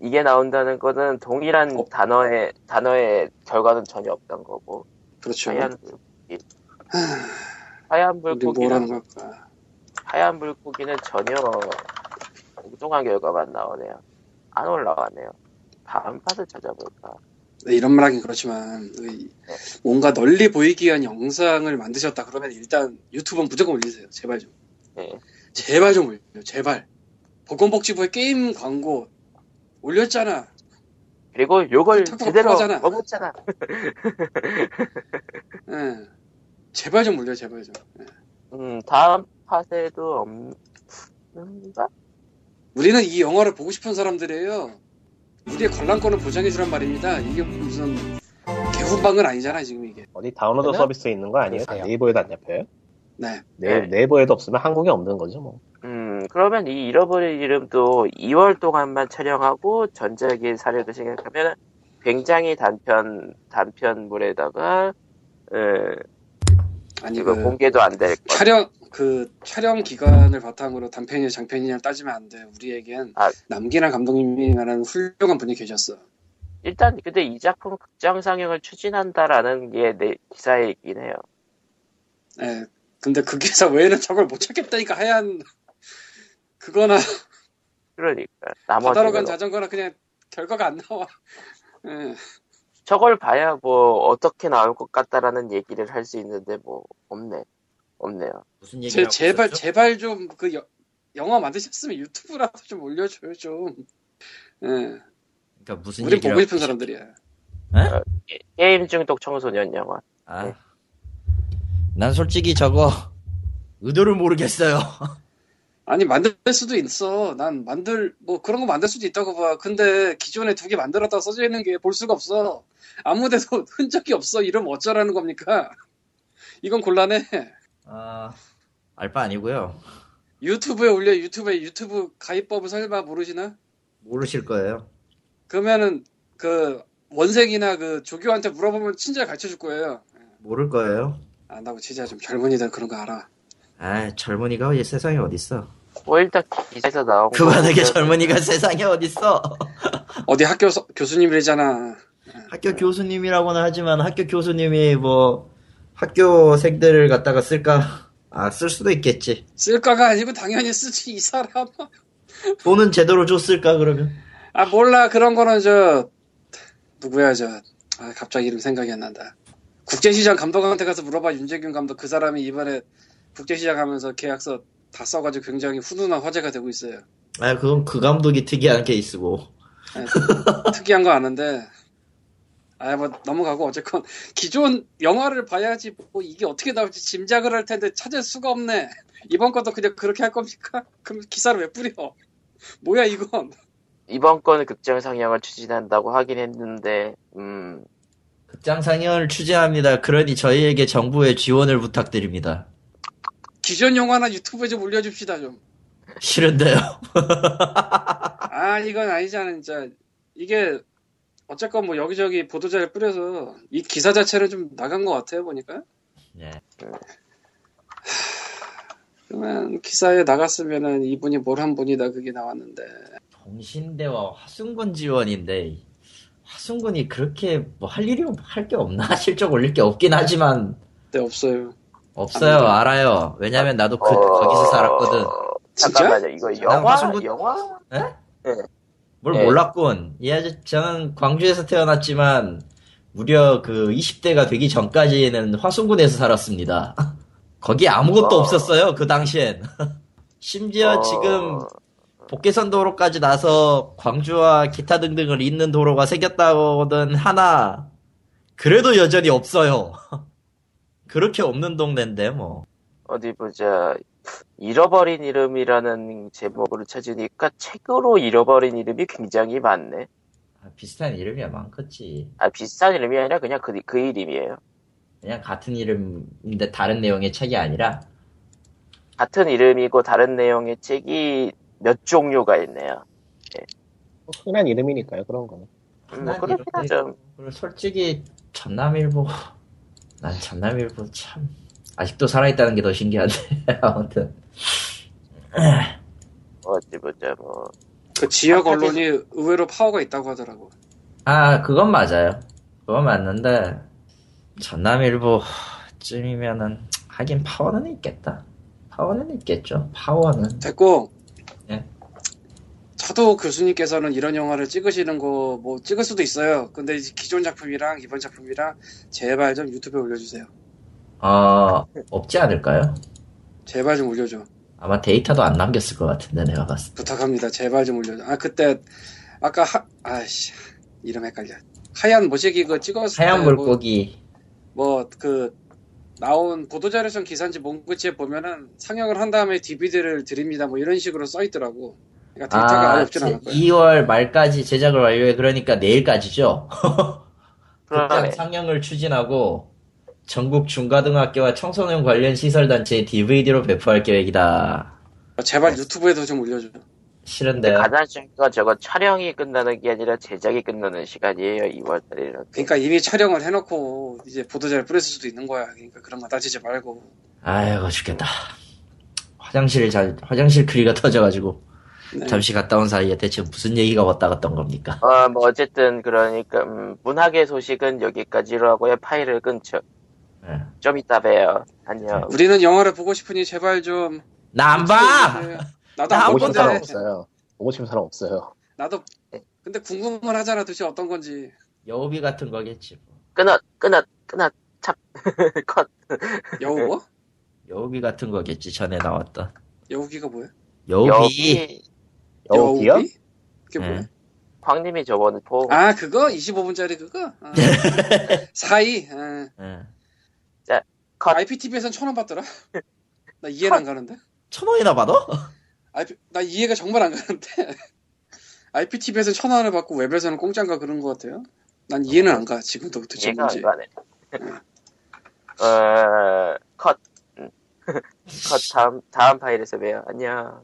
Speaker 1: 이게 나온다는 거는 동일한
Speaker 4: 어.
Speaker 1: 단어의 단어의 결과는 전혀 없던 거고
Speaker 4: 그렇죠
Speaker 1: 하얀 물고기 하얀
Speaker 4: 우리 뭐라는
Speaker 1: 물고기는
Speaker 4: 걸까
Speaker 1: 하얀 물고기는 전혀 엉뚱한 결과만 나오네요. 안 올라가네요. 다음 팟을 찾아볼까?
Speaker 4: 네, 이런 말 하긴 그렇지만 이- 뭔가 널리 보이기 위한 영상을 만드셨다 그러면 일단 유튜브는 무조건 올리세요 제발 좀
Speaker 1: 네.
Speaker 4: 제발 좀 올려 제발 보건복지부의 게임 광고 올렸잖아
Speaker 1: 그리고 요걸
Speaker 4: 탁탁
Speaker 1: 제대로
Speaker 4: 들어가잖아.
Speaker 1: 먹었잖아.
Speaker 4: 예. 제발 좀 올려 제발 좀 예.
Speaker 1: 음, 다음 팟에도 없는가?
Speaker 4: 우리는 이 영화를 보고 싶은 사람들이에요 우리의 관람권을 보장해주란 말입니다 이게 무슨 개훈방은 아니잖아 지금 이게
Speaker 3: 어디 다운로드
Speaker 1: 저는-
Speaker 3: 서비스에 있는 거 아니에요?
Speaker 5: 그러세요.
Speaker 3: 네이버에도 안 잡혀요?
Speaker 4: 네
Speaker 1: 네.
Speaker 3: 네, 네이버에도 없으면 한국에 없는 거죠 뭐.
Speaker 1: 음, 그러면 이 잃어버린 이름도 2월 동안만 촬영하고 전작의 사례를 생각하면 굉장히 단편, 단편물에다가, 에,
Speaker 4: 아니
Speaker 1: 이거
Speaker 4: 그
Speaker 1: 공개도 안 될 것.
Speaker 4: 촬영 그 촬영 기간을 바탕으로 단편이냐 장편이냐 따지면 안 돼. 우리에겐
Speaker 1: 아.
Speaker 4: 남기란 감독님이라는 훌륭한 분이 계셨어.
Speaker 1: 일단, 근데 이 작품 극장 상영을 추진한다라는 게 내 기사에 있긴 해요.
Speaker 4: 예. 근데 그 기사 외에는 저걸 못 찾겠다니까 하얀 그거나
Speaker 1: 그러니까.
Speaker 4: 바다로
Speaker 1: 나머지는
Speaker 4: 간 자전거나 그냥 결과가 안 나와. 예.
Speaker 1: 저걸 봐야 뭐 어떻게 나올 것 같다라는 얘기를 할 수 있는데 뭐 없네 없네요
Speaker 2: 무슨 얘기
Speaker 4: 제, 제발 제발 좀 그 영화 만드셨으면 유튜브라도 좀 올려줘요 좀. 예.
Speaker 2: 그러니까 무슨
Speaker 4: 우리
Speaker 2: 얘기를
Speaker 4: 보고 싶은
Speaker 2: 하고
Speaker 4: 사람들이야.
Speaker 1: 게- 게임 중독 청소년 영화
Speaker 2: 아, 난 솔직히 저거 의도를 모르겠어요.
Speaker 4: 아니 만들 수도 있어. 난 만들 뭐 그런 거 만들 수도 있다고 봐. 근데 기존에 두 개 만들었다 고 써져 있는 게 볼 수가 없어. 아무데도 흔적이 없어. 이러면 어쩌라는 겁니까? 이건 곤란해.
Speaker 2: 아, 알바 아니고요.
Speaker 4: 유튜브에 올려 유튜브에 유튜브 가입법을 설마 모르시나?
Speaker 2: 모르실 거예요.
Speaker 4: 그러면은 그 원생이나 그 조교한테 물어보면 친절 가르쳐 줄 거예요. 아,
Speaker 2: 모를 거예요.
Speaker 4: 안다고 진짜 좀 젊은이들 그런 거 알아.
Speaker 2: 아, 젊은이가 이 세상에 어딨어?
Speaker 1: 뭐 일단 기사에서 나온 거
Speaker 2: 그만하게
Speaker 1: 보면은
Speaker 2: 젊은이가 세상에 어딨어?
Speaker 4: 어디 학교 서- 교수님이잖아.
Speaker 2: 학교 교수님이라고는 하지만 학교 교수님이 뭐 학교생들을 갖다가 쓸까? 아, 쓸 수도 있겠지.
Speaker 4: 쓸까가 아니고 당연히 쓰지 이 사람.
Speaker 2: 돈은 제대로 줬을까 그러면?
Speaker 4: 아 몰라 그런 거는 저 누구야 저 아, 갑자기 이름 생각이 안 난다. 국제시장 감독한테 가서 물어봐 윤재균 감독 그 사람이 이번에 국제시장 하면서 계약서 다 써가지고 굉장히 훈훈한 화제가 되고 있어요.
Speaker 2: 아, 그건 그 감독이 특이한 케이스고.
Speaker 4: 특이한 거 아는데 아 뭐 넘어가고 어쨌건 기존 영화를 봐야지 뭐 이게 어떻게 나올지 짐작을 할 텐데 찾을 수가 없네. 이번 것도 그냥 그렇게 할 겁니까? 그럼 기사를 왜 뿌려? 뭐야 이건?
Speaker 1: 이번 건 극장 상영을 추진한다고 하긴 했는데 음
Speaker 2: 극장 상영을 추진합니다. 그러니 저희에게 정부의 지원을 부탁드립니다.
Speaker 4: 기존 영화나 유튜브에 좀 올려줍시다 좀.
Speaker 2: 싫은데요.
Speaker 4: 아 이건 아니잖아 진짜 이게 어쨌건 뭐 여기저기 보도자를 뿌려서 이 기사 자체는 좀 나간 것 같아요 보니까
Speaker 2: 네.
Speaker 4: 그러면 기사에 나갔으면은 이분이 뭘 한 분이다 그게 나왔는데
Speaker 2: 동신대와 화순군 지원인데 화순군이 그렇게 뭐 할 일이 할 게 없나 실적 올릴 게 없긴 하지만
Speaker 4: 네 없어요.
Speaker 2: 없어요
Speaker 4: 아무튼. 어.
Speaker 2: 알아요 왜냐면 나도 그 거기서 살았거든
Speaker 1: 잠깐만요. 이거
Speaker 4: 진짜?
Speaker 1: 영화
Speaker 2: 무슨-
Speaker 1: 영화
Speaker 2: 뭘
Speaker 1: 네.
Speaker 2: 몰랐군 이 아저 저는 광주에서 태어났지만 무려 그 20대가 되기 전까지는 화순군에서 살았습니다 거기 아무것도
Speaker 1: 어.
Speaker 2: 없었어요 그 당시엔 심지어
Speaker 1: 어,
Speaker 2: 지금
Speaker 4: 아.
Speaker 2: 복개선 도로까지 나서 광주와 기타 등등을 잇는 도로가 생겼다고는 하나 그래도 여전히 없어요. 그렇게 없는 동네인데 뭐.
Speaker 1: 어디 보자. 잃어버린 이름이라는 제목으로 찾으니까 책으로 잃어버린 이름이 굉장히 많네.
Speaker 2: 아, 비슷한 이름이야 많겠지.
Speaker 1: 아 비슷한 이름이 아니라 그냥 그, 그 이름이에요.
Speaker 2: 그냥 같은 이름인데 다른 내용의 책이 아니라
Speaker 1: 같은 이름이고 다른 내용의 책이 몇 종류가 있네요.
Speaker 3: 뭐 흔한 이름이니까요 그런 거는.
Speaker 1: 음, 뭐
Speaker 2: 흔한
Speaker 1: 그렇긴
Speaker 2: 이름도
Speaker 1: 하죠.
Speaker 2: 그리고 솔직히 전남일보 난 전남일보 참 아직도 살아있다는 게 더 신기한데 아무튼
Speaker 1: 어디 보자 뭐.
Speaker 4: 그 지역
Speaker 1: 아까
Speaker 4: 언론이 의외로 파워가 있다고 하더라고.
Speaker 2: 아, 그건 맞아요. 그건 맞는데, 전남일보쯤이면은, 하긴 파워는 있겠다. 파워는 있겠죠. 파워는.
Speaker 4: 됐고.
Speaker 2: 예.
Speaker 4: 차도 교수님께서는 이런 영화를 찍으시는 거 뭐 찍을 수도 있어요. 근데 이제 기존 작품이랑 이번 작품이랑 제발 좀 유튜브에 올려주세요.
Speaker 2: 어, 없지 않을까요?
Speaker 4: 제발 좀 올려줘.
Speaker 2: 아마 데이터도 안 남겼을 것 같은데, 내가 봤을 때.
Speaker 4: 부탁합니다. 제발 좀 올려줘. 아 그때 아까 하 아씨 이름 헷갈려. 하얀 모시기 그 찍었을
Speaker 2: 하얀
Speaker 4: 때 뭐-
Speaker 2: 물고기.
Speaker 4: 뭐 그 나온 보도자료성 기사인지 몽구치에 보면은 상영을 한 다음에 DVD를 드립니다 뭐 이런 식으로 써 있더라고. 그러니까 데이터가 아예
Speaker 2: 아,
Speaker 4: 없진
Speaker 2: 제-
Speaker 4: 않을 거예요.
Speaker 2: 2월 말까지 제작을 완료해. 그러니까 내일까지죠. 극장
Speaker 1: 그러네.
Speaker 2: 상영을 추진하고, 전국 중과등학교와 청소년 관련 시설단체의 DVD로 배포할 계획이다.
Speaker 4: 제발 유튜브에도 좀 올려줘.
Speaker 2: 싫은데요.
Speaker 1: 가장 중요한 건 저거 촬영이 끝나는 게 아니라 제작이 끝나는 시간이에요. 2월 달이라.
Speaker 4: 그러니까 이미 촬영을 해놓고 이제 보도자료 뿌렸을 수도 있는 거야. 그러니까 그런 거 따지지 말고.
Speaker 2: 아이고 죽겠다. 화장실 잘 화장실 크리가 터져가지고
Speaker 4: 네.
Speaker 2: 잠시 갔다 온 사이에 대체 무슨 얘기가 왔다 갔던 겁니까?
Speaker 1: 어, 뭐 어쨌든 그러니까 음, 문학의 소식은 여기까지로 하고요. 파일을 끊죠.
Speaker 2: 예.
Speaker 1: 좀 이따 봬요. 안녕.
Speaker 2: 네.
Speaker 4: 우리는 영화를 보고 싶으니 제발 좀.
Speaker 2: 나 안 봐.
Speaker 4: 올려주세요. 나도 안
Speaker 2: 나안
Speaker 3: 보고 싶은 사람
Speaker 4: 본데.
Speaker 3: 없어요. 보고 싶은 사람 없어요.
Speaker 4: 나도. 근데 궁금은 하잖아 도대체 어떤 건지.
Speaker 2: 여우비 같은 거겠지. 뭐.
Speaker 1: 끊어, 끊어, 끊어. 찹. 컷.
Speaker 4: 여우 뭐?
Speaker 2: 여우비 같은 거겠지 전에 나왔던
Speaker 4: 여우기가 뭐야?
Speaker 2: 여우비.
Speaker 1: 여기
Speaker 3: 여우비요?
Speaker 4: 그게 뭐야?
Speaker 2: 예.
Speaker 1: 광님이 저번에 포
Speaker 4: 아 그거 25분짜리 그거 아. 사이 아.
Speaker 2: 예.
Speaker 1: 컷.
Speaker 4: IPTV에선 아, 천 원 받더라 나 이해는 안 가는데
Speaker 2: 천 원이나 받아?
Speaker 4: IP, 나 이해가 정말 안 가는데 IPTV에선 천 원을 받고 웹에서는 공짜인가 그런 것 같아요 난 이해는 안 가 지금도 그 도대체
Speaker 1: 얘가
Speaker 4: 뭔지
Speaker 1: 이번에. 어, 컷. 음. 컷 다음 다음 파일에서 봬요. 안녕.